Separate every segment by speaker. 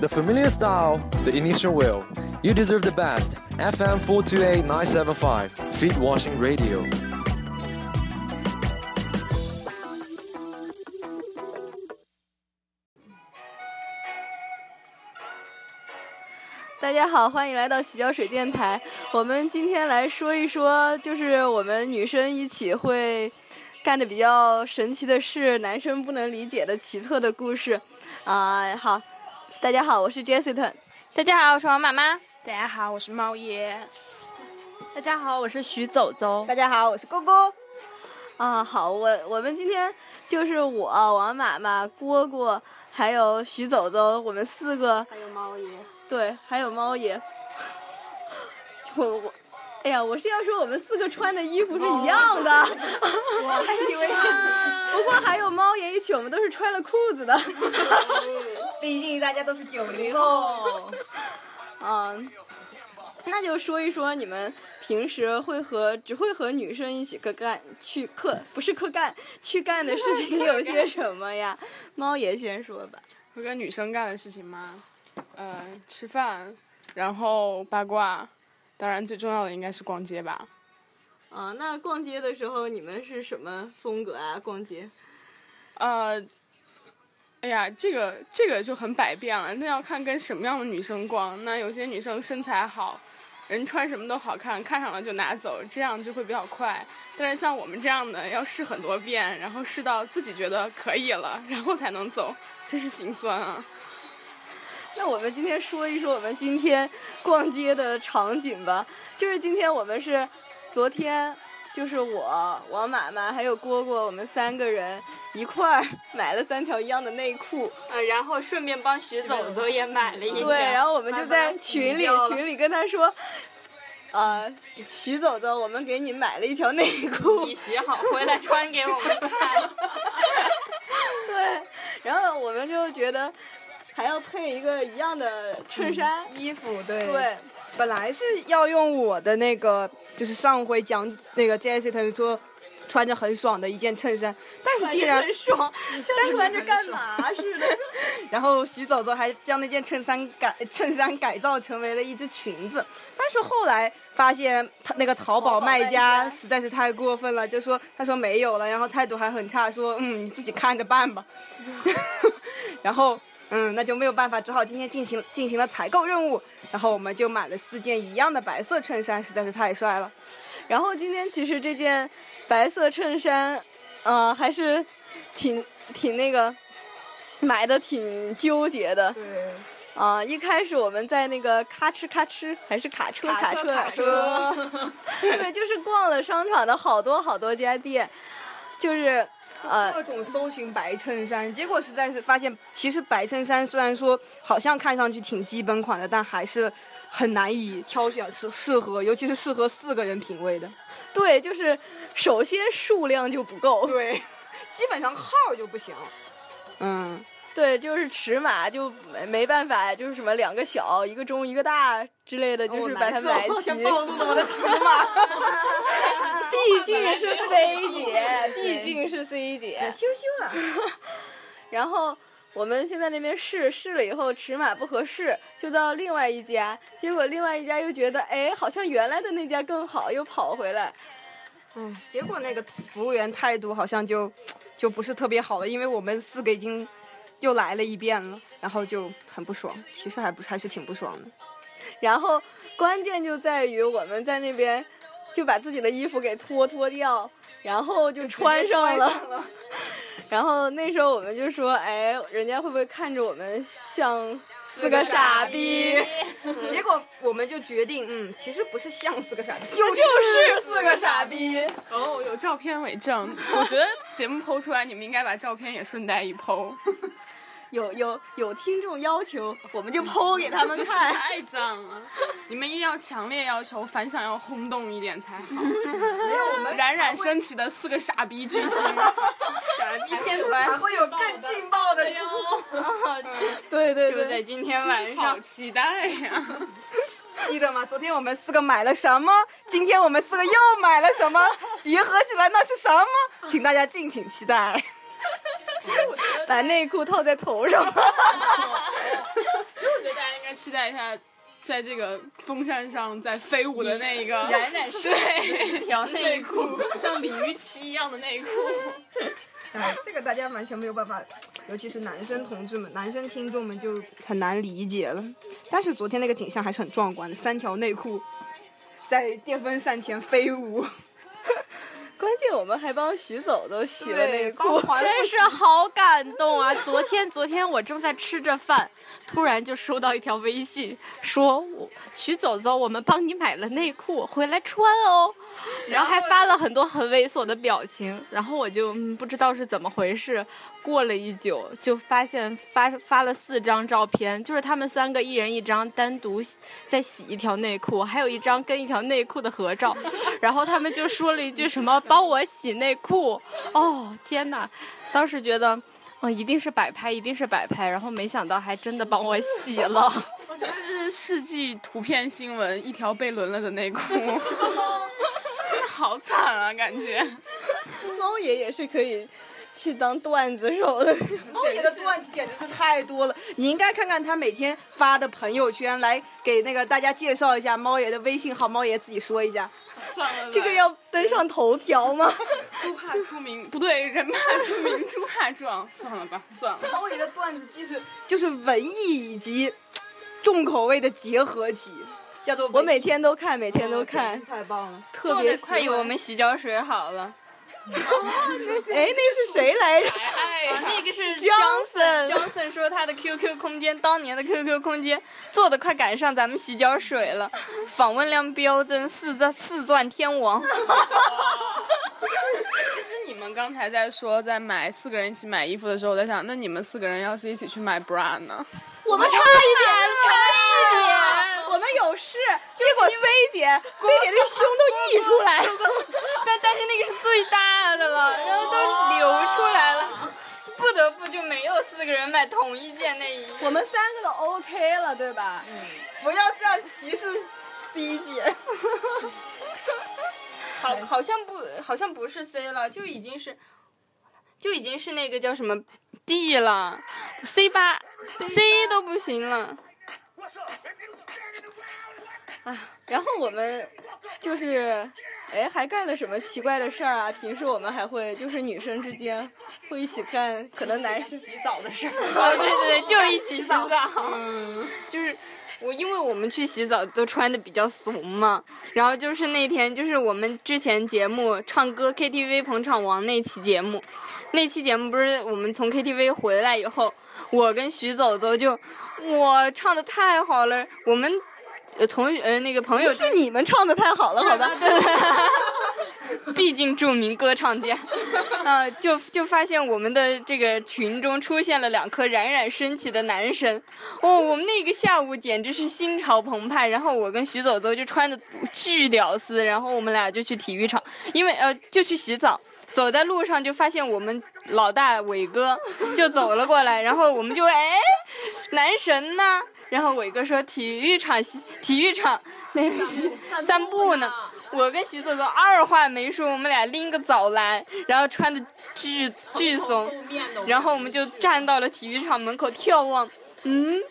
Speaker 1: The familiar style, the initial will. You deserve the best. FM 428 975, Feet Washing Radio.
Speaker 2: 大家好，欢迎来到洗脚水电台。我们今天来说一说，就是我们女生一起会干的比较神奇的事，男生不能理解的奇特的故事。啊、好，大家好，我是 Jessica。
Speaker 3: 大家好，我是王妈妈。
Speaker 4: 大家好，我是猫爷。
Speaker 3: 大家好，我是徐走走。
Speaker 5: 大家好，我是姑姑。
Speaker 2: 啊，好，我我们今天就是我王妈妈、蝈蝈，还有徐走走，我们四个，
Speaker 5: 还有猫爷。
Speaker 2: 对，还有猫爷。我我，哎呀，我是要说我们四个穿的衣服是一样的，
Speaker 5: 哦
Speaker 2: 我还以为。 不过还有猫爷一起，我们都是穿了裤子的。
Speaker 5: 毕竟大家都是九零后。
Speaker 2: 哦嗯，那就说一说你们平时会和只会和女生一起各干去克不是克干去干的事情有些什么呀？猫爷先说吧。
Speaker 4: 会跟女生干的事情吗？呃，吃饭，然后八卦，当然最重要的应该是逛街吧。
Speaker 2: 啊，那逛街的时候你们是什么风格啊？逛街？
Speaker 4: 呃，哎呀，这个这个就很百变了，那要看跟什么样的女生逛。那有些女生身材好，人穿什么都好看，看上了就拿走，这样就会比较快。但是像我们这样的，要试很多遍，然后试到自己觉得可以了，然后才能走，真是心酸啊。
Speaker 2: 那我们今天说一说我们今天逛街的场景吧。就是今天我们是昨天，就是我、王妈妈还有蝈蝈，我们三个人一块儿 买了三条一样的内裤。
Speaker 3: 呃，然后顺便帮徐走走也买了一
Speaker 4: 哎
Speaker 3: 条。
Speaker 2: 对，然后我们就在群里群里跟他说。呃，徐走走，我们给你买了一条内裤
Speaker 3: 你，洗好回来穿给我们看。
Speaker 2: 对， 然后我们就觉得还要配一个一样的衬衫，
Speaker 5: 衣服对。
Speaker 2: 对，
Speaker 5: 本来是要用我的那个，就是上回讲那个 Jessica 说穿着很爽的一件衬衫，但 是竟然
Speaker 2: 很爽， 像穿着干嘛似 的。
Speaker 5: 然后徐走走还将那件衬衫改衬衫改造成为了一只裙子，但是后来发现他那个淘
Speaker 2: 淘宝
Speaker 5: 宝卖
Speaker 2: 卖家
Speaker 5: 家实在是太过分了，就说他说没有了，然后态度还很差，说嗯你自己看着办吧， 然后嗯那就没有办法，只好今天进行进行了采购任务，然后我们就买了四件一样的白色衬衫，实在是太帅了。
Speaker 2: 然后今天其实这件白色衬衫，呃，还是挺挺那个买的挺纠结的
Speaker 5: 对，
Speaker 2: 啊、一开始我们在那个咔哧咔哧，还是卡车
Speaker 5: 卡车
Speaker 2: 车
Speaker 5: 卡
Speaker 2: 车，对，就是逛了商场的好多好多家店，就是呃，
Speaker 5: 各种搜寻白衬衫，结果实在是发现，其实白衬衫虽然说好像看上去挺基本款的，但还是很难以挑选适适合，尤其是适合四个人品味的。
Speaker 2: 对，就是首先数量就不够，
Speaker 5: 对，基本上号就不行。嗯，
Speaker 2: 对，就是尺码就没没办法，就是什么两个小一个中一个大之类
Speaker 5: 哦
Speaker 2: 的，就是把它买齐。
Speaker 5: 露了我的尺码。
Speaker 2: 毕竟是 C 姐，毕竟是 C 姐。
Speaker 5: 羞羞啊！
Speaker 2: 然后我们现在那边试试了以后，尺码不合适，就到另外一家。结果另外一家又觉得，哎，好像原来的那家更好，又跑回来。
Speaker 5: 哎，结果那个服务员态度好像就就不是特别好了，因为我们四个已经又来了一遍了，然后就很不爽。其实还不是还是挺不爽的。
Speaker 2: 然后关键就在于我们在那边就把自己的衣服给脱脱掉，然后就穿上了。 然后那时候我们就说，哎，人家会不会看着我们像四个傻逼？
Speaker 5: 结果我们就决定，嗯，其实不是像四个傻逼，就就是四个傻逼。
Speaker 4: 哦，有照片为证。我觉得节目剖出来，你们应该把照片也顺带一剖。
Speaker 2: 有有有听众要求，我们就剖给他们
Speaker 4: 姿势
Speaker 2: 看。
Speaker 4: 太脏了，你们一定要强烈要求反响要轰动一点才好。冉冉升起的四个傻逼巨星，傻逼
Speaker 3: 天团
Speaker 5: 会有更劲爆的。
Speaker 2: 对对
Speaker 3: 就在
Speaker 2: 对，
Speaker 3: 今天晚
Speaker 4: 好
Speaker 3: 上，
Speaker 4: 期待呀！
Speaker 5: 记得吗？昨天我们四个买了什么？今天我们四个又买了 什么？结合起来那是什么？请大家敬请期待。
Speaker 4: 其实我觉得
Speaker 2: 把内裤套在头上。
Speaker 4: 该期待一下，在这个风扇上在飞舞的那一个
Speaker 3: 冉冉升起的条内
Speaker 4: 内裤，像鲤鱼鳍一样的内裤。
Speaker 5: 哎 这个大家完全没有办法，尤其是男生同志们、男生听众们就很难理解了。但是昨天那个景象还是很壮观的，三条内裤在电风扇前飞舞。
Speaker 2: 关键我们还帮徐走走洗了内裤，
Speaker 6: 真是好感动啊！ 昨天昨天我正在吃着饭，突然就收到一条微信，说我徐走走，我们帮你买了内裤，回来穿哦。然后还发了很多很猥琐的表情，然后我就、嗯、不知道是怎么回事。过了一久，就发现发发了四张照片，就是他们三个一人一张，单独再洗一条内裤，还有一张跟一条内裤的合照。 然后他们就说了一句什么“帮我洗内裤”，哦天哪！当时觉得，嗯，一定是摆拍，一定是摆拍。然后没想到还真的帮我洗了。
Speaker 4: 我觉得这是世纪图片新闻，一条被轮了的内裤，真的好惨啊，感觉。
Speaker 2: 猫爷也是可以去当段子手的。
Speaker 5: 这个段子简直是太多了，你应该看看他每天发的朋友圈，来给那个大家介绍一下猫爷的微信号，猫爷自己说一下。
Speaker 4: 算了吧，
Speaker 2: 这个要登上头条吗？
Speaker 4: 猪怕出名， 不对，人怕出名，猪怕壮， 算了吧，算了。
Speaker 5: 猫爷的段子就是就是文艺以及重口味的结合体，叫做哦
Speaker 2: 我每天都看，每天都看，
Speaker 5: 太棒了。
Speaker 2: 特
Speaker 3: 做
Speaker 2: 别
Speaker 3: 的
Speaker 2: 喜
Speaker 3: 快
Speaker 2: 欢
Speaker 3: 有我们洗脚水好了。
Speaker 2: 哎，那是谁来着？
Speaker 3: 哎
Speaker 4: 啊
Speaker 3: 呀，那个是
Speaker 2: Johnson
Speaker 3: Johnson 说他的 QQ 空间当年的 QQ 空间做的快赶上咱们洗脚水了，访问量飙增，四钻四钻天王。
Speaker 4: 其实你们刚才在说在买四个人一起买衣服的时候，我在想，那你们四个人要是一起去买 bra 呢？
Speaker 2: 我啊们差一点，差一点，哎我们有事。结果 C 姐，C 姐这胸都溢出来了。
Speaker 3: 但但是那个是最大的了，然后都流出来了，不得不就没有四个人买同一件内衣。
Speaker 2: 我们三个都 OK 了，对吧？嗯
Speaker 5: 不要这样歧视 C 姐。
Speaker 3: 好，好像不，好像不是 C 了，就已经是，就已经是那个叫什么 D 了，C 八 C 都不行了。
Speaker 2: 然后我们就是，哎，还干了什么奇怪的事儿啊？平时我们还会就是女生之间会一起干，可能男 生
Speaker 3: 洗澡的事儿。哦，对对对，就一起洗澡。嗯就是我，因为我们去洗澡都穿的比较俗嘛，然后就是那天就是我们之前节目唱歌 KTV 捧场王那期节目，那期节目不是我们从 KTV 回来以后，我跟徐走走就，我唱的太好了，我们。呃，同呃那个朋友
Speaker 2: 是你们唱的太好了，好吧？
Speaker 3: 对对。毕竟著名歌唱家， 啊，就就发现我们的这个群中出现了两颗冉冉升起的男神，哦，我们那个下午简直是心潮澎湃。然后我跟徐走走就穿的巨屌丝，然后我们俩就去体育场，因为呃就去洗澡。走在路上就发现我们老大伟哥就走了过来，然后我们就哎，男神呢？然后伟哥说体育场 洗体育场那个洗散步呢。我跟徐左左二话没说，我们俩拎个澡篮，然后穿的巨巨怂，然后我们就站到了体育场门口眺望，嗯，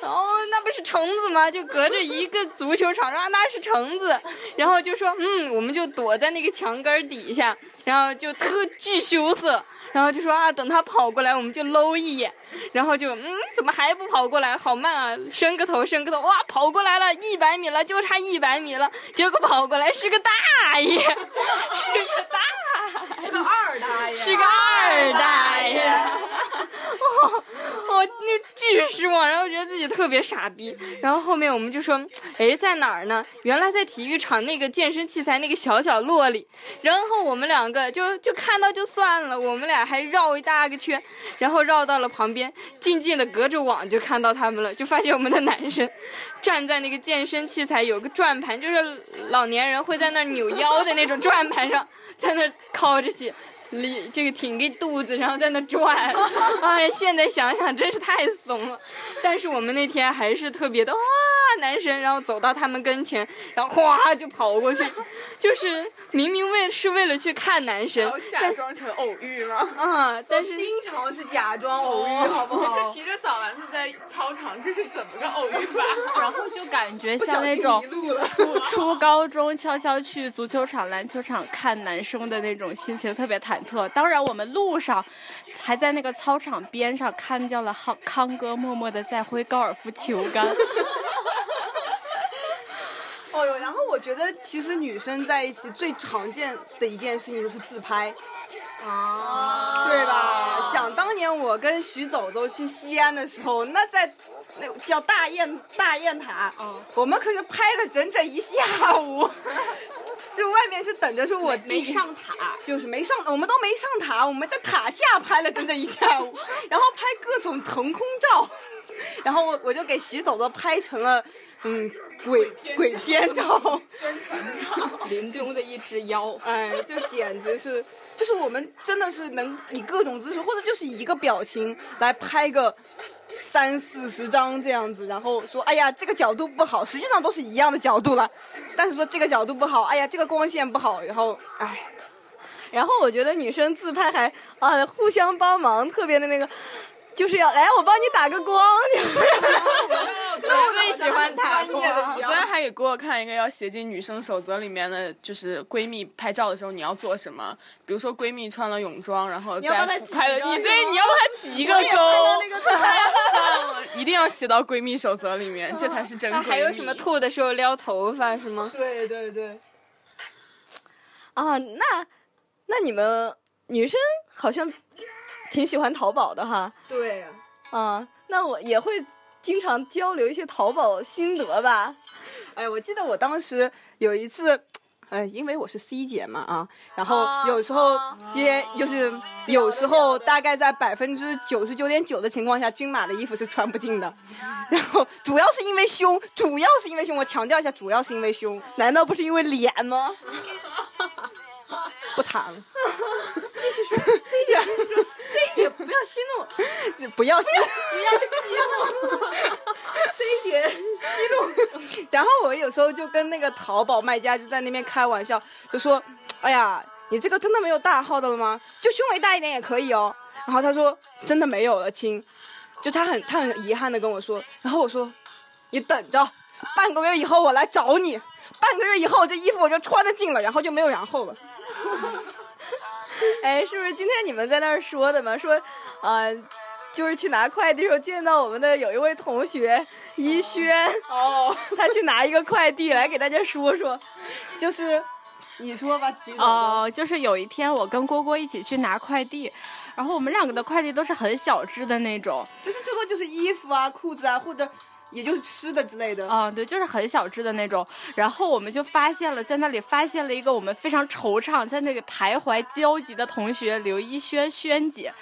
Speaker 3: 哦，那不是橙子吗？就隔着一个足球场说啊那是橙子，然后就说嗯，我们就躲在那个墙根儿底下，然后就特巨羞涩，然后就说啊，等他跑过来我们就搂一眼，然后就嗯，怎么还不跑过来？好慢啊！伸个头，伸个头，哇，跑过来了，一百米了，就差一百米了。结果跑过来是个大爷，是个大，
Speaker 5: 是个二大爷。
Speaker 3: 是个二大爷。哦， 我那巨失望，然后觉得自己特别傻逼。然后后面我们就说，哎，在哪儿呢？原来在体育场那个健身器材那个小角落里。然后我们两个就就看到就算了，我们俩还绕一大个圈，然后绕到了旁边，静静的隔着网就看到他们了，就发现我们的男生站在那个健身器材有个转盘，就是老年人会在那儿扭腰的那种转盘上，在那儿靠着起。离这个挺个肚子，然后在那转， 哎，现在想想真是太怂了。但是我们那天还是特别的哇，男生，然后走到他们跟前，然后哗就跑过去，就是明明为是为了去看男生
Speaker 4: 然后，假装成偶遇 吗？
Speaker 3: 啊，但是
Speaker 2: 经常是假装偶遇，好不
Speaker 4: 你是
Speaker 2: 好？
Speaker 4: 提着早篮子在操场，这是怎么个偶遇法？
Speaker 6: 然后就感觉像那种初初高中悄悄去足球场、篮球场看男生的那种心情，特别忐忑。当然，我们路上还在那个操场边上看到了康康哥默默的在挥高尔夫球杆，
Speaker 2: 哦哟，然后我觉得其实女生在一起最常见的一件事情就是自拍，
Speaker 4: 哦
Speaker 2: 啊，对吧？想当年我跟徐走走去西安的时候，那在那叫大雁大雁塔，我们可是拍了整整一下 午。就外面是等着说我弟上塔，就是没上，我们都没上塔，我们在塔下拍了整整一下 午，然后拍各种腾空照， 然后我我就给徐走走拍成了，嗯，鬼鬼片照，
Speaker 6: 林中的一只妖。
Speaker 2: 哎，就简直是，就是我们真的是能以各种姿势或者就是一个表情来拍个三四十张这样子，然后说哎呀这个角度不好，实际上都是一样的角度了，但是说这个角度不好，哎呀这个光线不好，然后哎，
Speaker 7: 然后我觉得女生自拍还啊互相帮忙，特别的那个，就是要来我帮你打个光， 就是
Speaker 3: 我最喜欢他。
Speaker 4: 我昨天还给给我看一个要写进女生守则里面的，就是闺蜜拍照的时候你要做什么，比如说闺蜜穿了泳装，然后
Speaker 7: 你要帮她
Speaker 4: 在
Speaker 7: 挤
Speaker 4: 拍
Speaker 7: 一
Speaker 4: 的，
Speaker 7: 个
Speaker 4: 你对，你要帮她挤一个
Speaker 7: 那
Speaker 4: 勾，
Speaker 7: 个自拍。
Speaker 4: 一定要写到闺蜜守则里面，这才是真闺
Speaker 3: 那
Speaker 4: 蜜。
Speaker 3: 还有什么吐的时候撩头发是吗？
Speaker 2: 对对对，
Speaker 7: 啊，那那你们女生好像挺喜欢淘宝的哈，
Speaker 2: 对呀、
Speaker 7: 啊，那我也会经常交流一些淘宝心得吧。
Speaker 2: 哎，我记得我当时有一次，呃，因为我是 C 姐嘛啊，然后有时候
Speaker 7: 啊
Speaker 2: 也就是有时候大概在百分之九十九点九的情况下，均码的衣服是穿不进的。
Speaker 7: 啊
Speaker 2: 然后主要是因为胸，主要是因为胸，我强调一下，主要是因为胸，
Speaker 7: 难道不是因为脸吗？
Speaker 2: 不谈了。继续说，C 姐，C 姐不要息怒，不要息怒。然后我有时候就跟那个淘宝卖家就在那边开玩笑，就说：“哎呀，你这个真的没有大号的了吗？就胸围大一点也可以哦。”然后他说：“真的没有了，亲。”就他很他很遗憾的跟我说，然后我说：“你等着，半个月以后我来找你。”半个月以后，这衣服我就穿得进了，然后就没有然后了。
Speaker 7: 哎，是不是今天你们在那儿说的嘛？说，啊、就是去拿快递的时候见到我们的有一位同学一轩，哦，他去拿一个快递来给大家说说。
Speaker 2: 就是你说吧，徐总。
Speaker 6: 哦，就是有一天我跟蝈蝈一起去拿快递，然后我们两个的快递都是很小只的那种，
Speaker 2: 就是最后就是衣服啊、裤子啊，或者也就是吃的之类的。
Speaker 7: 哦
Speaker 6: 啊、对，就是很小只的那种。然后我们就发现了，在那里发现了一个我们非常惆怅，在那里徘徊焦急的同学刘一轩轩姐。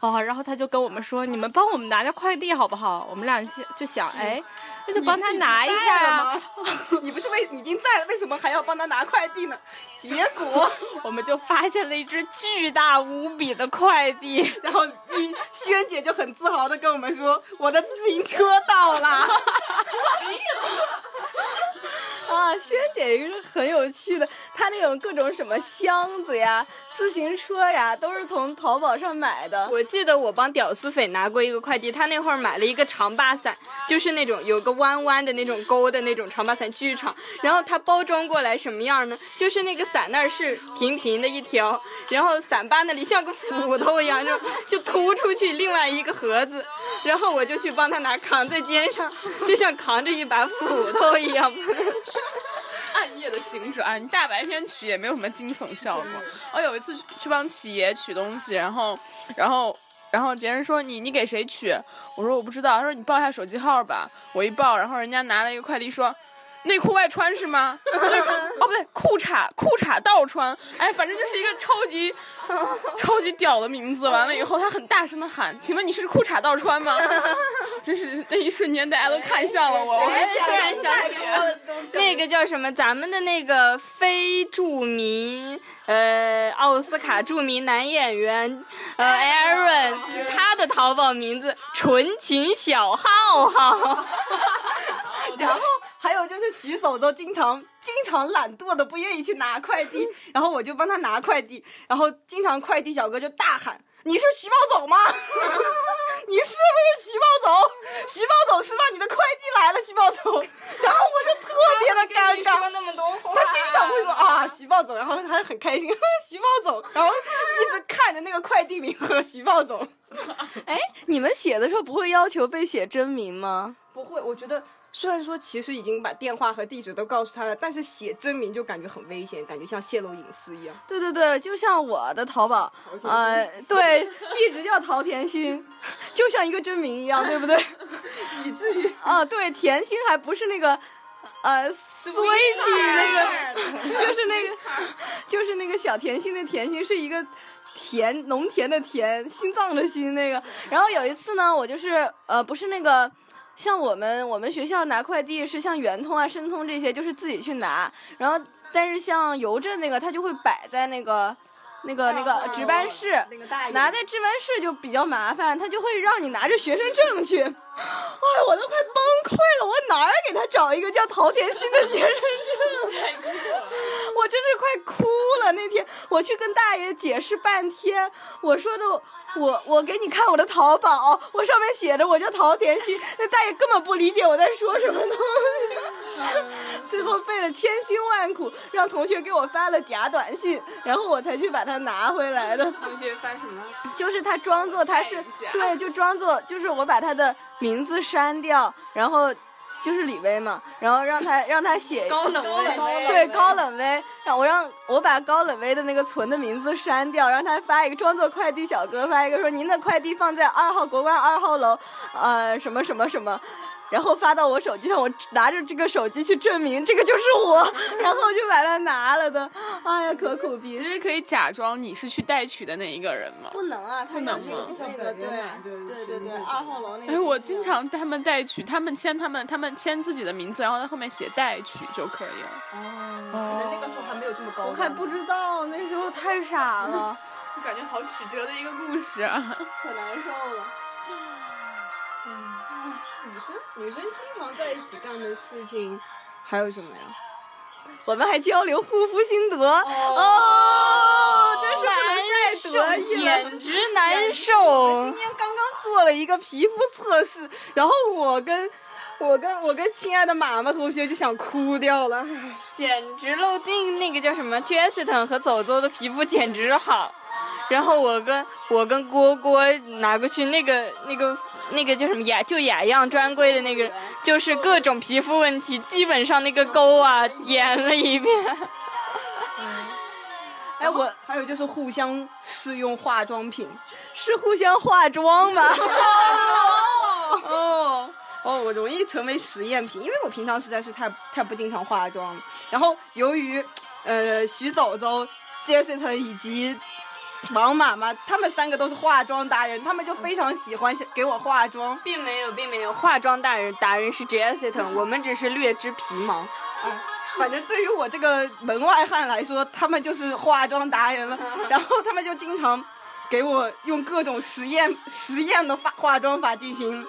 Speaker 6: 哦，然后他就跟我们说：“你们帮我们拿下快递好不好？”我们俩就就想，哎，那就帮他拿一下呀。
Speaker 2: 你不是为已经在了，为什么还要帮他拿快递呢？结果
Speaker 6: 我们就发现了一只巨大无比的快递，
Speaker 2: 然后一轩姐就很自豪的跟我们说：“我的自行车到啦
Speaker 7: 啊，轩姐也是很有趣的，她那种各种什么箱子呀、自行车呀，都是从淘宝上买的。
Speaker 3: 我记得我帮屌丝匪拿过一个快递，他那会儿买了一个长把伞，就是那种有个弯弯的那种钩的那种长把伞，巨长。然后它包装过来什么样呢？就是那个伞那儿是平平的一条，然后伞把那里像个斧头一样，就就突出去另外一个盒子。然后我就去帮他拿，扛在肩上，就像扛着一把斧头一样。
Speaker 4: 暗夜的行者啊，你大白天取也没有什么惊悚效果。我有一次去去帮企爷取东西，然后，然后，然后别人说你你给谁取？我说我不知道。他说你报一下手机号吧。我一报，然后人家拿了一个快递说。内裤外穿是吗？内裤哦，不对，裤衩裤衩倒穿。哎，反正就是一个超级超级屌的名字。完了以后，他很大声的喊：“请问你是裤衩倒穿吗？” 真是那一瞬间，大家都看向了我。我还
Speaker 3: 哎突然想起来，那个叫什么？咱们的那个非著名呃奥斯卡著名男演员呃 Aaron，他的淘宝名字“纯情小浩浩”。！”
Speaker 2: 然后
Speaker 5: 就是徐走走经常经常懒惰的不愿意去拿快递，然后我就帮他拿快递，然后经常快递小哥就大喊：“你是徐暴走吗？ 你是不是徐暴走？徐暴走是让你的快递来了，徐暴走。” 然后我就特别的尴尬。
Speaker 3: 说那么多话，
Speaker 5: 他经常会说啊，徐暴走，然后他很开心， 徐暴走，然后一直看着那个快递名和徐暴走。
Speaker 2: 哎，你们写的时候不会要求被写真名吗？
Speaker 5: 不会，我觉得虽然说其实已经把电话和地址都告诉他了，但是写真名就感觉很危险，感觉像泄露隐私一样。
Speaker 2: 对对对，就像我的淘宝，呃，对，一直叫陶甜心， 就像一个真名一 样，对不对？
Speaker 5: 以至于
Speaker 2: 啊，对，甜心还不是那个，呃，sweetie 那个， 就是那个，就是那个小甜心的甜心是一个甜农田的甜，心脏的心那个。然后有一次呢，我就是呃，不是那个。像我们我们学校拿快递是像圆通啊、申通这些，就是自己去拿。然后，但是像邮政那个，它就会摆在那个、那个、那个值班室，
Speaker 5: 哦那个大爷
Speaker 2: 拿在值班室就比较麻烦，他就会让你拿着学生证去。哎，我都快崩溃了，我哪儿给他找一个叫陶甜心的学生证？我真是快哭了。那天我去跟大爷解释半天，我说的我我给你看我的淘宝，我上面写着我叫陶甜心，那大爷根本不理解我在说什么东西。最后费了千辛万苦，让同学给我发了假短信，然后我才去把它拿回来的。
Speaker 3: 同学发什么？
Speaker 2: 就是他装作他是
Speaker 4: 看一下
Speaker 2: 对，就装作就是我把他的名字删掉，然后就是李薇嘛，然后让他让他写
Speaker 6: 高冷的，
Speaker 2: 对高冷薇，让我让我把高冷薇的那个存的名字删掉，让他发一个装作快递小哥发一个说您的快递放在二号国关二号楼，呃什么什么什么。然后发到我手机上，我拿着这个手机去证明这个就是我， 然后就把它拿了的。哎呀，可苦逼
Speaker 4: 其！实可以假装你是去代取的那一个人嘛。
Speaker 2: 不能啊，他
Speaker 4: 能那个吗
Speaker 5: 那个对对对对，二号楼那个。
Speaker 4: 哎，我经常他们代取，他们签他们他们签自己的名字，然后在后面写代取就可以了。哦
Speaker 5: 可能那个时候还没有这么高端。
Speaker 2: 我还不知道，那时候太傻了，
Speaker 4: 感觉好曲折的一个故事 啊！
Speaker 2: 可难受了。
Speaker 5: 嗯女生经常在一起干的事情还有什么呀？
Speaker 2: 我们还交流护肤心得哦
Speaker 3: 哦
Speaker 2: 真是不能再得意了。
Speaker 3: 简直难受
Speaker 5: 今！天刚刚做了一个皮肤测试，然后我跟我跟我跟亲爱的妈妈同学就想哭掉了。
Speaker 3: 简直漏定那个叫什么 Justin 和走走的皮肤简直好，然后我跟我跟郭郭拿过去那个那个那个叫什么雅就雅漾专柜的那个，就是各种皮肤问题，基本上那个沟啊点了一遍。
Speaker 2: 哎，我
Speaker 5: 还有就是互相试用化妆品。
Speaker 2: 是互相化妆吧？
Speaker 5: 哦哦，我容易成为实验品，因为我平常实在是太太不经常化妆了。然后由于呃徐走走、Jessica 以及王妈妈，他们三个都是化妆达人，他们就非常喜欢给我化妆。
Speaker 3: 并没有，并没有，化妆大人达人是 Justin，我们只是略知皮毛。
Speaker 5: 反正对于我这个门外汉来说，他们就是化妆达人了。然后他们就经常给我用各种实验实验的化化妆法进行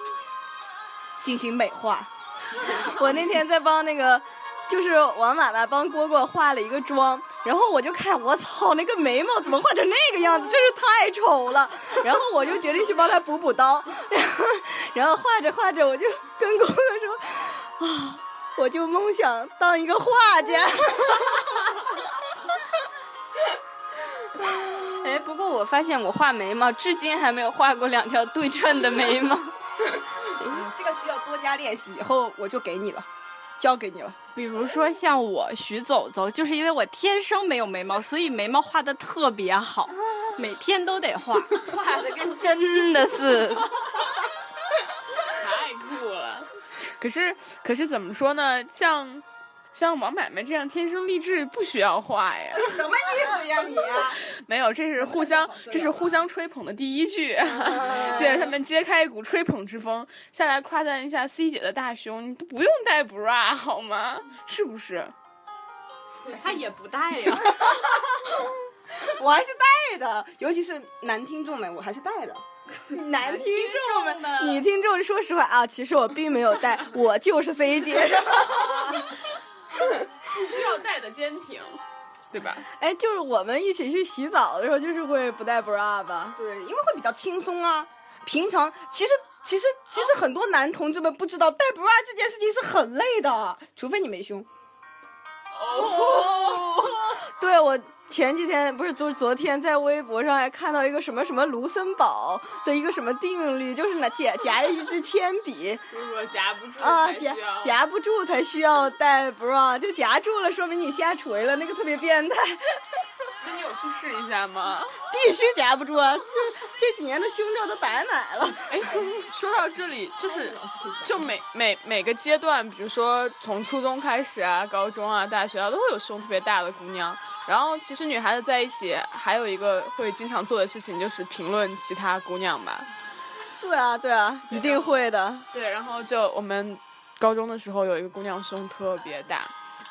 Speaker 5: 进行美化。
Speaker 2: 我那天在帮那个，就是王妈妈帮蝈蝈化了一个妆，然后我就看，我操，那个眉毛怎么画成那个样子，真是太丑了。 然后我就决定去帮她补补刀， 然后然后画着画着，我就跟蝈蝈说，啊，我就梦想当一个画家。
Speaker 3: 哎，不过我发现我画眉毛，至今还没有画过两条对称的眉毛。
Speaker 5: 嗯这个需要多加练习，以后我就给你 了，交给你了。
Speaker 6: 比如说像我徐走走，就是因为我天生没有眉毛，所以眉毛画的特别好， 每天都得画。
Speaker 3: 画的跟真的似。
Speaker 4: 太酷了！可是可是怎么说呢？像像王买买这样天生丽质不需要画呀，
Speaker 5: 什么意思呀你啊
Speaker 4: 没有，这是互相这是互相吹捧的第一句， 对他们揭开一股吹捧之风，下来夸赞一下 C 姐的大胸，你都不用带 bra 啊好吗？是不是？
Speaker 6: 他也不带呀，
Speaker 5: 我还是带的，尤其是男听众们，我还是带 的。
Speaker 2: 男听众 们，女听众，说实话啊，其实我并没有带，我就是 C 姐。
Speaker 4: 需要带的坚挺，对吧？
Speaker 2: 哎，就是我们一起去洗澡的时候，就是会不带 bra 吧？
Speaker 5: 对，因为会比较轻松啊。平常其实其实其实很多男同志们不知道戴 bra 这件事情是很累的，除非你没胸。
Speaker 2: 对，我前几天不是昨昨天在微博上还看到一个什么什么卢森堡的一个什么定律，就是拿夹夹着一支铅 笔
Speaker 4: 如果夹不住
Speaker 2: 啊，
Speaker 4: 才需
Speaker 2: 夹
Speaker 4: 要
Speaker 2: 夹不住才需要戴 bra，就夹住了，说明你下垂了，那个特别变态，
Speaker 4: 那你有去试一下吗？
Speaker 2: 必须夹不住啊！就这几年的胸罩都白买了。
Speaker 4: 哎，说到这里，就是就每每每个阶段，比如说从初中开始啊、高中啊、大学啊，都会有胸特别大的姑娘。然后其实女孩子在一起，还有一个会经常做的事情就是评论其他姑娘吧。
Speaker 2: 对啊，对啊，一定会的。
Speaker 4: 对，然后就我们高中的时候有一个姑娘胸特别大，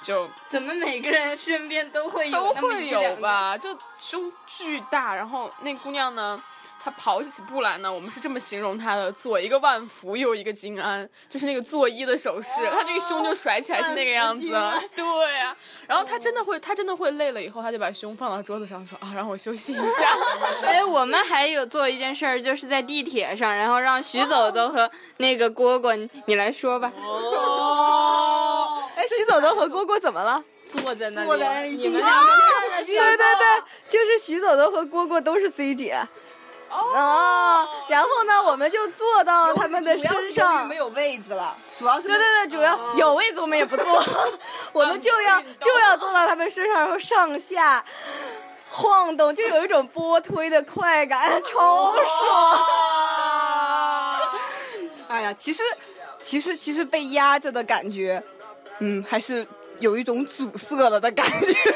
Speaker 4: 就
Speaker 3: 怎么每个人身边都会有
Speaker 4: 都
Speaker 3: 哦那么
Speaker 4: 会
Speaker 3: 一两
Speaker 4: 有
Speaker 3: 个？
Speaker 4: 吧，就胸巨大。然后那姑娘呢，她跑起步来呢，我们是这么形容她的：左一个万福，右一个金安，就是那个作揖的手势。她这个胸就甩起来是那个样子，对呀、然后她
Speaker 3: 哦
Speaker 4: 真的会，她真的会累了以后，她就把胸放到桌子上说：“啊，让我休息一 下。
Speaker 3: 哎，我们还有做一件事儿，就是在地铁上，然后让徐
Speaker 6: 哦
Speaker 3: 走走和那个蝈蝈，你你来说吧。”
Speaker 4: 哦
Speaker 2: 哎，徐总总和蝈蝈怎么了？
Speaker 3: 坐在那里，
Speaker 5: 坐在那里
Speaker 3: 你
Speaker 5: 静
Speaker 3: 们
Speaker 5: 下来
Speaker 2: 对对对，就是徐总总和蝈蝈都是 C 姐。哦，然后呢，我们就坐到他们的身
Speaker 5: 主要是由于
Speaker 2: 上
Speaker 5: 没。有位置了，主要是哦
Speaker 2: 对对对，主要有位子我们也不 坐，我们就
Speaker 5: 啊
Speaker 2: 要就要坐到他们身上，然后上下晃动，就有一种波推的快感，超爽。
Speaker 3: 哦
Speaker 5: 哎呀，其实其实其实被压着的感觉，嗯，还是有一种阻塞了的感觉。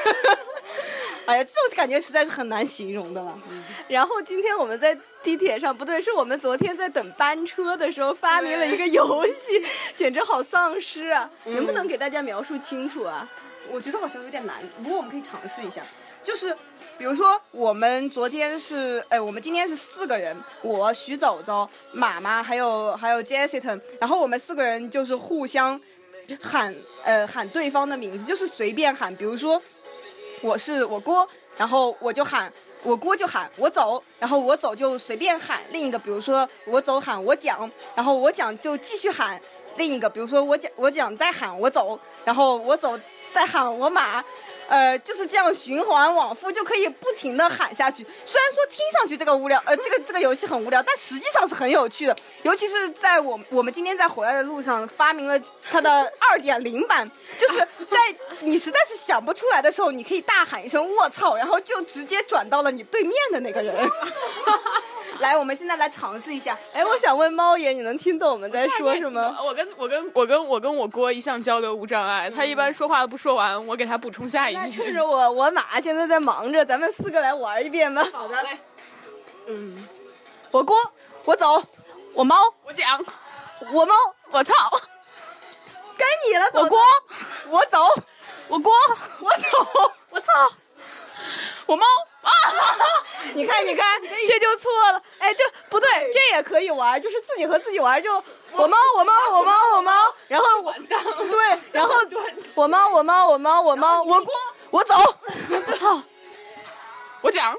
Speaker 5: 哎呀，这种感觉实在是很难形容的了。嗯
Speaker 2: 然后今天我们在地铁上，不对，是我们昨天在等班车的时候发明了一个游戏，简直好丧尸啊！能不能给大家描述清楚啊？
Speaker 5: 我觉得好像有点难，不过我们可以尝试一下。就是比如说，我们昨天是，哎，我们今天是四个人，我、徐走走、妈妈还有还有 Jessica，然后我们四个人就是互相喊，呃，喊对方的名字，就是随便喊，比如说我是我郭，然后我就喊。我郭就喊我走，然后我走就随便喊另一个，比如说我走喊我讲，然后我讲就继续喊另一个，比如说我讲我讲再喊我走，然后我走再喊我马，呃，就是这样循环往复，就可以不停的喊下去。虽然说听上去这个无聊，呃，这个这个游戏很无聊，但实际上是很有趣的。尤其是在我我们今天在回来的路上发明了它的二点零版，就是在你实在是想不出来的时候，你可以大喊一声“卧槽”，然后就直接转到了你对面的那个人。来，我们现在来尝试一下，
Speaker 2: 哎，我想问猫爷，你能听懂我们在说什么？
Speaker 4: 哎我跟我跟我跟我跟我郭一向交流无障碍，他一般说话都不说完，我给他补充下一
Speaker 2: 那
Speaker 4: 句。
Speaker 2: 趁着我我马现在在忙着，咱们四个来玩一遍吧。好的。嗯，我锅，
Speaker 5: 我走，
Speaker 6: 我猫，
Speaker 4: 我讲，
Speaker 2: 我猫，
Speaker 6: 我操，
Speaker 2: 该你了。
Speaker 6: 我
Speaker 2: 我
Speaker 6: 锅，
Speaker 5: 我走，
Speaker 6: 我锅，我操，我操，
Speaker 4: 我猫
Speaker 2: 你看，你看，这就错了。哎，这不对，这也可以玩，就是自己和自己玩，就我猫，我猫，我猫，我 猫，然后我对，然后我猫，我猫，我猫，我猫，我锅，
Speaker 5: 我走，
Speaker 4: 我讲，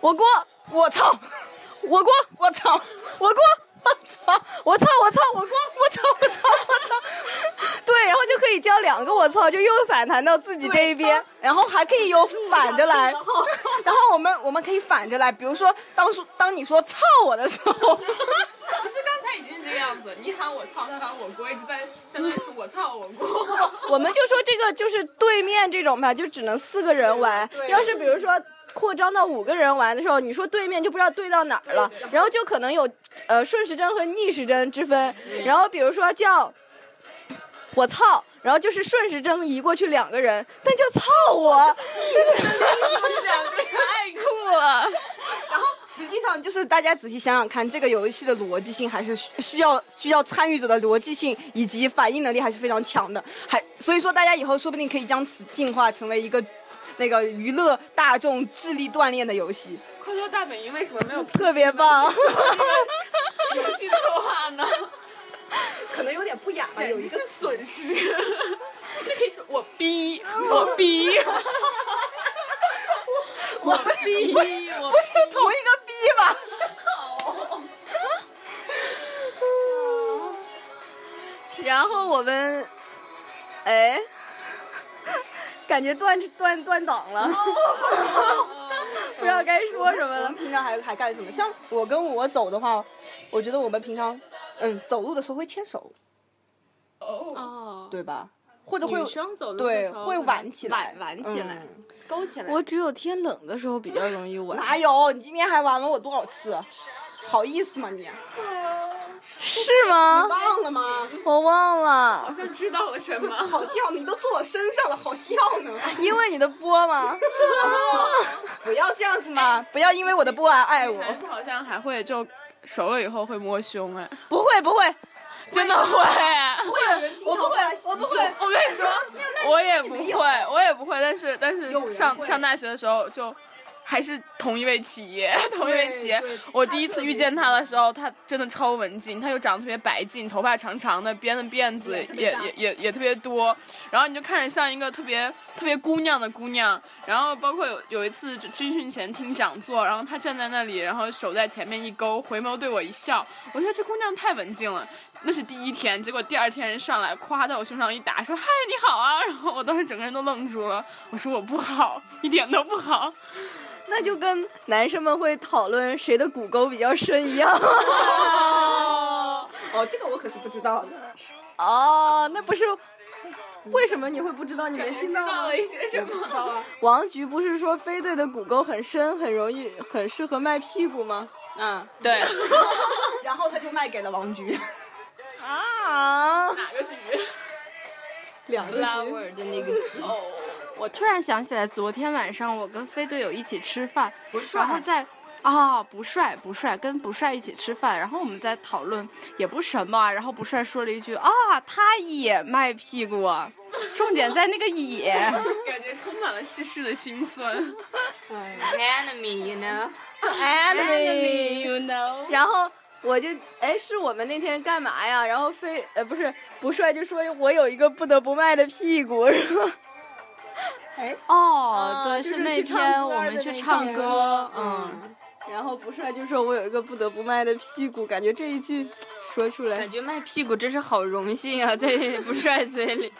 Speaker 2: 我锅，
Speaker 5: 我操，
Speaker 2: 我锅，
Speaker 5: 我操，
Speaker 2: 我锅，我操，我操，我操，我锅，我操，我操，我操，对，然后就可以叫两个我操，就又反弹到自己这一边。
Speaker 5: 然后还可以有反着来，然后我们我们可以反着来，比如说当说当你说操我的时候，
Speaker 4: 其实刚才已经是这个样子，你喊我操，他喊我锅，一直在相当于是我操我锅。
Speaker 2: 我们就说这个就是对面这种吧，就只能四个人玩。要是比如说扩张到五个人玩的时候，你说对面就不知道对到哪儿了，然后就可能有呃顺时针和逆时针之分。然后比如说叫我操，然后就是顺时针移过去两个人，但叫操我，
Speaker 3: 太酷了！
Speaker 5: 实际上就是大家仔细想想看，这个游戏的逻辑性还是需需要需要参与者的逻辑性以及反应能力还是非常强的，还所以说大家以后说不定可以将此进化成为一个那个娱乐大众智力锻炼的游戏。
Speaker 4: 快说大本营为什么没有
Speaker 2: 特别棒。
Speaker 4: 游戏策划呢？
Speaker 5: 可能有点不雅吧，有
Speaker 4: 简直
Speaker 5: 一个
Speaker 4: 是损失。那可以说我逼，我逼，
Speaker 6: 逼我
Speaker 5: 是同一个逼吧？
Speaker 2: 然后我们，哎，感觉断断断档了，不知道该说什么
Speaker 5: 我
Speaker 2: 了
Speaker 5: 们。平常还还干什么？像我跟我走的话，我觉得我们平常，嗯，走路的时候会牵手，
Speaker 6: 哦，
Speaker 5: 对吧？或者会
Speaker 6: 女生走路的
Speaker 5: 对
Speaker 6: 时候
Speaker 5: 会挽起来，
Speaker 6: 挽挽起来
Speaker 5: 嗯
Speaker 6: 勾起来。
Speaker 2: 我只有天冷的时候比较容易玩。
Speaker 5: 哪有？你今天还玩了我多少次？好意思吗你？
Speaker 2: 是吗？
Speaker 5: 忘了吗？
Speaker 2: 我忘了，
Speaker 4: 就知道了什么。
Speaker 5: 好笑，你都坐我身上了，好笑呢！
Speaker 2: 因为你的波嘛。
Speaker 5: 不要这样子嘛，不要因为我的不安爱我。
Speaker 4: 孩子好像还会就熟了以后会啊摸胸哎，
Speaker 5: 不会不会，
Speaker 4: 真的会。
Speaker 5: 我不会，我不会。
Speaker 4: 我跟你说，我也不会，我也不会，但是但是
Speaker 5: 啊有人
Speaker 4: 上
Speaker 5: 会
Speaker 4: 上大学的时候就。还是同一位企业， 同一位企业
Speaker 5: 对。
Speaker 4: 我
Speaker 5: 他
Speaker 4: 第一
Speaker 5: 特
Speaker 4: 次
Speaker 5: 别
Speaker 4: 遇见
Speaker 5: 喜
Speaker 4: 他的时候，他真的超文静，他又长得特别白净，头发长长的，编的辫子
Speaker 5: 脸特别
Speaker 4: 也
Speaker 5: 大
Speaker 4: 也也也特别多。然后你就看着像一个特别特别姑娘的姑娘。然后包括有有一次就军训前听讲座，然后她站在那里，然后手在前面一勾，回眸对我一笑。我说这姑娘太文静了。那是第一天，结果第二天人上来，夸在我胸上一打，说：“嗨，你好啊！”然后我当时整个人都愣住了，我说我不好，一点都不好。
Speaker 2: 那就跟男生们会讨论谁的骨沟比较深一 样。
Speaker 5: 哦，这个我可是不知道的。
Speaker 2: 哦，那不是。为什么你会不知道？你没听到 吗？
Speaker 4: 了一些什么？
Speaker 2: 王菊不是说飞队的骨沟很深，很容易，很适合卖屁股吗？
Speaker 4: 嗯， 对，
Speaker 5: 然后他就卖给了王菊。
Speaker 2: 啊，
Speaker 4: 哪个局？
Speaker 2: 两个菊。
Speaker 6: 的那个
Speaker 4: 哦，
Speaker 6: 我突然想起来，昨天晚上我跟飞队友一起吃饭，
Speaker 4: 不
Speaker 6: 然后在啊、不帅不帅，跟不帅一起吃饭，然后我们在讨论也不什么啊，然后不帅说了一句啊，他也卖屁股啊，重点在那个也
Speaker 4: 感觉充满了世事的辛酸。
Speaker 6: enemy，you know，
Speaker 2: Enemy，
Speaker 6: know，
Speaker 2: 然后我就哎，是我们那天干嘛呀？然后飞呃不是不帅就说我有一个不得不卖的屁股， 是吧？啊
Speaker 6: 哦，对，
Speaker 2: 就是是
Speaker 6: 那
Speaker 2: 去唱
Speaker 6: 天
Speaker 2: 歌
Speaker 6: 我们
Speaker 2: 的
Speaker 6: 去
Speaker 2: 那
Speaker 6: 唱
Speaker 2: 天
Speaker 6: 歌，嗯，
Speaker 2: 然后不帅就说我有一个不得不卖的屁股，感觉这一句说出来
Speaker 6: 感觉卖屁股真是好荣 幸啊，在不帅嘴里，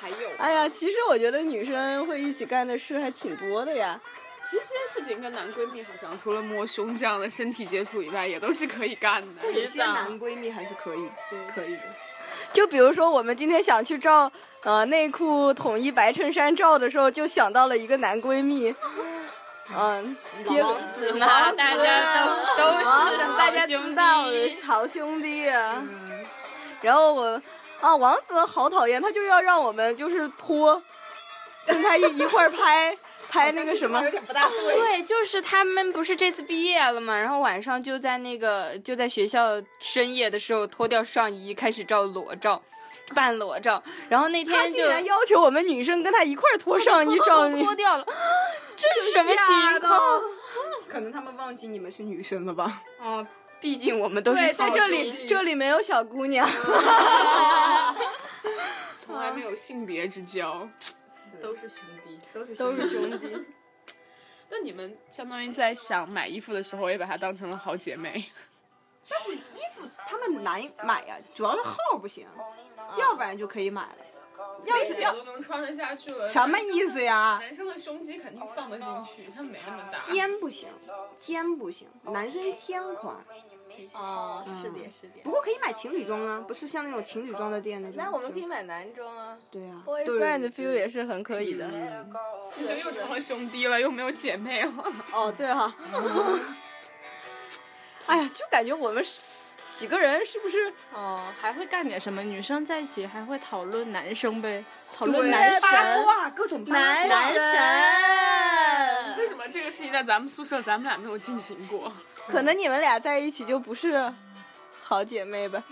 Speaker 4: 还有
Speaker 2: 哎呀，其实我觉得女生会一起干的事还挺多的呀。
Speaker 4: 其实这件事情跟男闺蜜好像除了摸胸这样的身体接触以外，也都是可以干的。
Speaker 3: 啊
Speaker 5: 有些男闺蜜还是可以，可以的。
Speaker 2: 就比如说我们今天想去照呃内裤统一白衬衫照的时候，就想到了一个男闺蜜，嗯，结果
Speaker 6: 王子嘛，大家都都
Speaker 2: 啊
Speaker 6: 是
Speaker 2: 大家
Speaker 6: 兄
Speaker 2: 知道的
Speaker 6: 弟。
Speaker 2: 好兄弟啊。然后我啊，王子好讨厌，他就要让我们就是拖，跟他一一块儿拍拍那个什么
Speaker 5: 有。点不大对。
Speaker 6: 对，就是他们不是这次毕业了嘛，然后晚上就在那个就在学校深夜的时候脱掉上衣开始照裸照，半裸照，然后那
Speaker 2: 他
Speaker 6: 天就
Speaker 2: 竟然要求我们女生跟他一块儿脱上衣照你
Speaker 6: 脱，掉了，这 是什么情况？
Speaker 5: 可能他们忘记你们是女生了吧？
Speaker 6: 嗯，毕竟我们都
Speaker 2: 对，
Speaker 6: 是
Speaker 2: 在
Speaker 6: 少
Speaker 2: 这
Speaker 6: 数
Speaker 2: 里这里没有小姑娘，
Speaker 4: 从来没有性别之交，都是兄弟。
Speaker 5: 都是
Speaker 2: 都是兄弟。
Speaker 4: 那你们相当于在想买衣服的时候，也把它当成了好姐妹。
Speaker 5: 但是衣服他们难买呀、主要是号不行，
Speaker 2: 嗯
Speaker 5: 要不然就可以买了。要是要
Speaker 4: 都能穿得下去了。
Speaker 5: 什么意思呀？
Speaker 4: 男生的胸肌肯定放得进去，他没那么大。
Speaker 5: 肩不行，肩不行，男生肩宽。
Speaker 2: 哦，是的，是的。
Speaker 5: 不过可以买情侣装啊，不是像那种情侣装的店那种。
Speaker 2: 那我们可以买男装啊
Speaker 5: 对啊，
Speaker 2: ，boyfriend
Speaker 5: 对嗯
Speaker 2: feel 也是很可以的。
Speaker 4: 你就又成了兄弟了，又没有姐妹了。
Speaker 2: 哦，对哈、
Speaker 5: 嗯
Speaker 2: 哎呀，就感觉我们是几个人是不是
Speaker 6: 哦，还会干点什么？女生在一起还会讨论男生呗，讨论
Speaker 5: 对
Speaker 6: 男
Speaker 5: 八
Speaker 6: 神。
Speaker 5: 卦各种八卦
Speaker 2: 男神？
Speaker 4: 为什么这个事情在咱们宿舍咱们俩没有进行过？
Speaker 2: 可能你们俩在一起就不是好姐妹吧？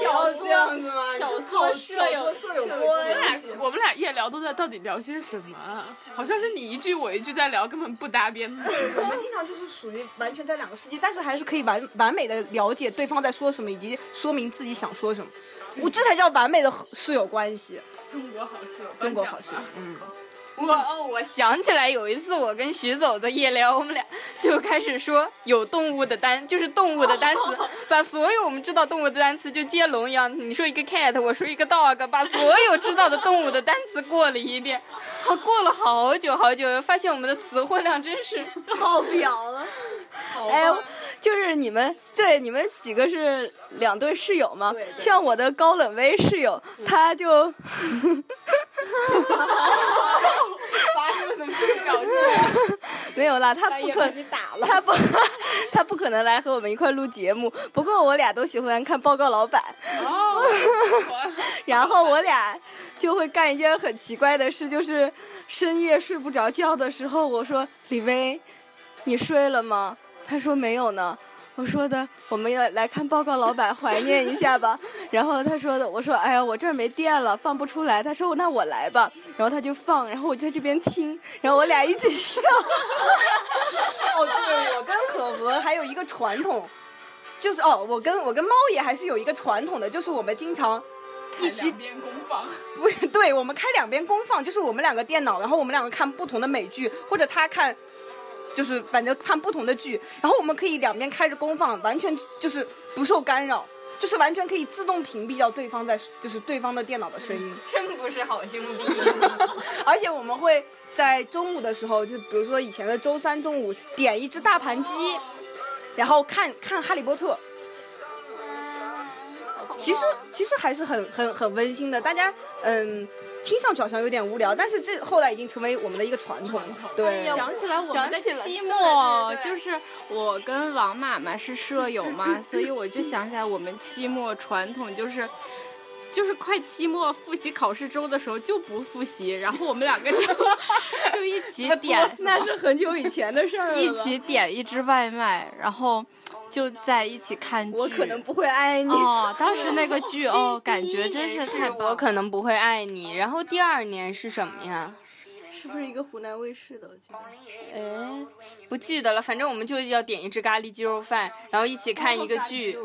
Speaker 5: 飘
Speaker 2: 要这样子嘛，
Speaker 6: 挑
Speaker 2: 你就
Speaker 6: 唆
Speaker 2: 靠
Speaker 6: 舍
Speaker 2: 挑
Speaker 6: 友
Speaker 2: 唆舍友
Speaker 4: 我们俩
Speaker 2: 关系
Speaker 4: 是，我们俩夜聊都在到底聊些什么啊？好像是你一句我一句在聊，根本不搭边的。
Speaker 5: 我们经常就是属于完全在两个世界，但是还是可以完完美的了解对方在说什么，以及说明自己想说什么。我这才叫完美的室友关系，
Speaker 4: 中国好室友，
Speaker 5: 中国好室友
Speaker 4: 颁奖吧。
Speaker 5: 嗯，
Speaker 3: 我哦，我想起来有一次我跟徐走在夜聊，我们俩就开始说有动物的单，就是动物的单 词，把所有我们知道动物的单词就接龙一样，你说一个 cat，我说一个 dog，把所有知道的动物的单词过了一遍。 好，过了好久好久，发现我们的词汇量真是
Speaker 2: 爆表了。哎，就是你们对你们几个是两对室友吗？
Speaker 5: 对对
Speaker 2: 像我的高冷威室友，他就
Speaker 4: 哦发生了什么表情？
Speaker 2: 没有啦，他
Speaker 6: 半
Speaker 2: 不
Speaker 6: 夜
Speaker 2: 可
Speaker 6: 开始打了。
Speaker 2: 他不他不可能来和我们一块录节目。不过我俩都喜欢看《报告老板》，
Speaker 4: 哦，
Speaker 2: 然后我俩就会干一件很奇怪的事，就是深夜睡不着觉的时候，我说李薇，你睡了吗？他说没有呢。我说的，我们要来看报告老板，怀念一下吧。然后他说的，我说哎呀，我这儿没电了，放不出来。他说那我来吧，然后他就放，然后我在这边听，然后我俩一起笑。
Speaker 5: 哦，对，我跟可和 还有一个传统，就是哦，我跟我跟猫爷还是有一个传统的，就是我们经常一起
Speaker 4: 两边攻防，
Speaker 5: 不是， 对我们开两边公放，就是我们两个电脑，然后我们两个看不同的美剧，或者他看，就是反正看不同的剧，然后我们可以两边开着公放，完全就是不受干扰，就是完全可以自动屏蔽掉对方在就是对方的电脑的声音，
Speaker 3: 真不是好兄弟。
Speaker 5: 而且我们会在中午的时候，就比如说以前的周三中午点一只大盘鸡，然后看看《哈利波特》。其实其实还是很很很温馨的，大家嗯，听上去好像有点无聊，但是这后来已经成为我们的一个传统了。
Speaker 2: 哎
Speaker 5: 对，
Speaker 6: 想起来我们
Speaker 3: 想
Speaker 6: 的
Speaker 3: 起了
Speaker 6: 期末
Speaker 3: 对，对对
Speaker 6: 就是我跟王妈妈是舍友嘛，所以我就想起来我们期末传统就是。就是快期末复习考试周的时候就不复习，然后我们两个就就一起点，
Speaker 2: 哎那是很久以前的事 儿了吧。
Speaker 6: 一起点一只外卖，然后就在一起看剧。
Speaker 2: 我可能不会爱你。
Speaker 6: 哦，当时那个剧 哦，感觉真
Speaker 3: 是
Speaker 6: 是太棒了。
Speaker 3: 我可能不会爱你。然后第二年是什么呀？
Speaker 2: 是不是一个湖南卫视的？我记得。
Speaker 3: 哎，
Speaker 6: 呃
Speaker 3: 不记得了，反正我们就要点一只咖喱鸡肉饭，然后一
Speaker 6: 哦
Speaker 3: 起看一个剧，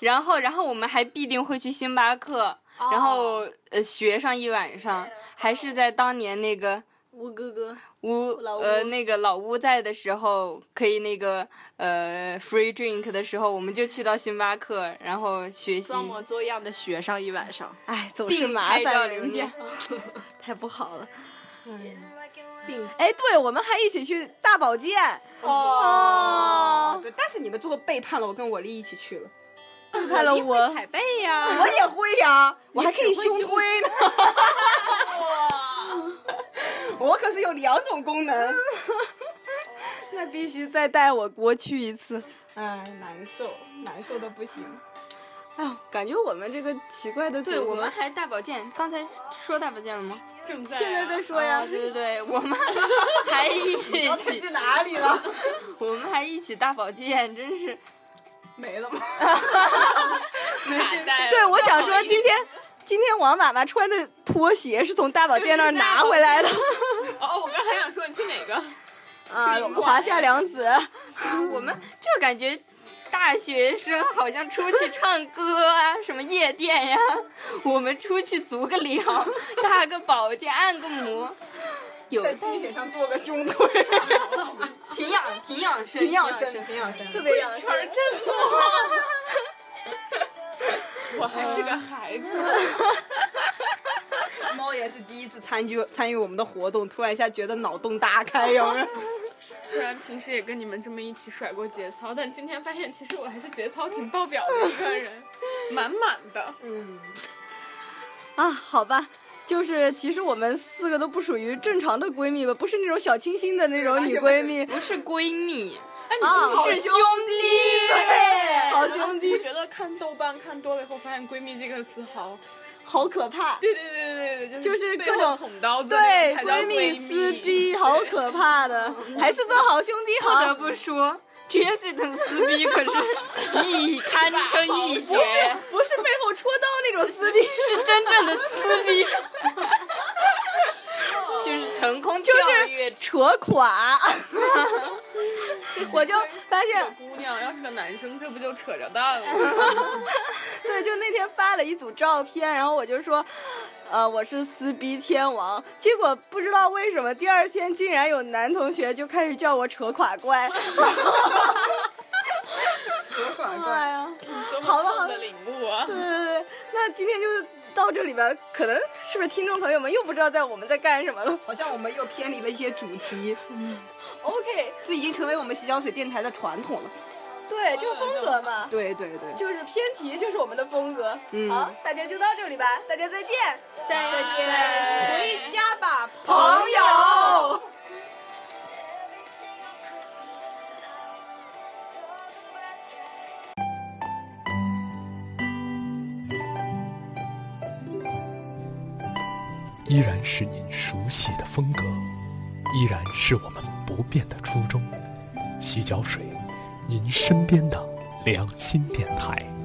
Speaker 3: 然后然后我们还必定会去星巴克，然后
Speaker 6: 哦
Speaker 3: 呃学上一晚上，还是在当年那个
Speaker 2: 吴哥哥，
Speaker 3: 屋
Speaker 2: 老
Speaker 3: 呃
Speaker 2: 屋
Speaker 3: 那个老屋在的时候，可以那个呃 free drink 的时候，我们就去到星巴克，然后学习
Speaker 6: 装模作样的学上一晚上。
Speaker 2: 哎，总是
Speaker 3: 并
Speaker 2: 麻
Speaker 3: 拍照
Speaker 2: 烦
Speaker 3: 留
Speaker 2: 人家
Speaker 3: 念，。
Speaker 2: 太不好 了。
Speaker 5: 嗯
Speaker 2: 哎，对，我们还一起去大保健。
Speaker 5: 哦，对，但是你们最后背叛了我，跟我丽一起去了。
Speaker 2: 背叛了我，
Speaker 6: 踩背呀，
Speaker 5: 我也会呀、 我还可以胸推呢。我可是有两种功能。
Speaker 2: 那必须再带我我去一次。
Speaker 5: 哎，难受，难受的不行。
Speaker 2: 哎呦，感觉我们这个奇怪的组合
Speaker 3: 对，我们还大保健，刚才说大保健了吗？
Speaker 4: 正在啊
Speaker 2: 现在在说呀
Speaker 3: 哦，对对对，我 们还一起，
Speaker 5: 去哪里了？
Speaker 3: 我们还一起大保健，真是。
Speaker 5: 没了吗？
Speaker 4: 卡 带
Speaker 2: 对，我想说今天。今天王妈妈穿着拖鞋是从大保健那儿拿回来的
Speaker 4: 哦，我刚才想说你去哪个？
Speaker 2: 啊，华夏良 子，
Speaker 3: 我们就感觉大学生好像出去唱歌啊，什么夜店呀，我们出去足个疗，搭个保健，按个摩，有
Speaker 5: 地铁上做个胸 推，
Speaker 3: 挺养挺养生，
Speaker 5: 挺养
Speaker 3: 生
Speaker 5: 生，。挺养生。
Speaker 2: 特别养生。
Speaker 4: 我还是个孩子。
Speaker 5: 猫爷是第一次参与参与我们的活动，突然一下觉得脑洞大开，有没有？
Speaker 4: 虽然平时也跟你们这么一起甩过节操，但今天发现其实我还是节操挺爆表的一个人，满满的。
Speaker 2: 啊，好吧，就是其实我们四个都不属于正常的闺蜜吧，不是那种小清新的那种女闺蜜，
Speaker 3: 不是闺蜜，
Speaker 4: 哎，你真的
Speaker 2: 是兄弟，哦好兄
Speaker 4: 我
Speaker 2: 弟，
Speaker 4: 觉得看豆瓣看多了以后，发现“闺蜜”这个词好，
Speaker 2: 好可怕。
Speaker 4: 对对对对对，
Speaker 2: 就是是
Speaker 4: 背
Speaker 2: 各
Speaker 4: 后
Speaker 2: 种
Speaker 4: 捅刀子
Speaker 2: 对
Speaker 4: 那个才叫
Speaker 2: 闺
Speaker 4: 蜜
Speaker 2: 蜜撕逼，好可怕的，还是做好兄弟
Speaker 3: 不得
Speaker 2: 好。
Speaker 3: 不说， Jesse 等撕逼可是一堪 称一绝，
Speaker 2: 不是背后戳刀那种 撕逼，
Speaker 3: 是真正的撕逼， 就是腾空跳跃
Speaker 2: 扯垮。 我就发现
Speaker 4: 这个姑娘要是个男生，这不就扯着 蛋了？
Speaker 2: 对，就那天发了一组照片，然后我就说，呃，我是撕逼天王。结果不知道为什么，第二天竟然有男同学就开始叫我扯垮怪。哎呀，
Speaker 4: 多么
Speaker 2: 好吧
Speaker 4: 棒的领悟啊！
Speaker 2: 对对对，那今天就到这里吧。可能是不是听众朋友们又不知道在我们在干什么了
Speaker 5: 好像我们又偏离了一些主题，
Speaker 2: ？OK，
Speaker 5: 这已经成为我们洗脚水电台的传统了。
Speaker 2: 对，这个风格嘛，
Speaker 5: 对对对，
Speaker 2: 就是偏题就是我们的风格。
Speaker 5: 嗯
Speaker 2: 好，大家就到这里吧，大家再见，
Speaker 4: 再
Speaker 2: 见
Speaker 5: 回家吧，朋
Speaker 2: 朋友。
Speaker 8: Every single Christmas, love, it's all about that.
Speaker 9: 依然是您熟悉的风格，依然是我们不变的初衷。洗脚水，您身边的良心电台。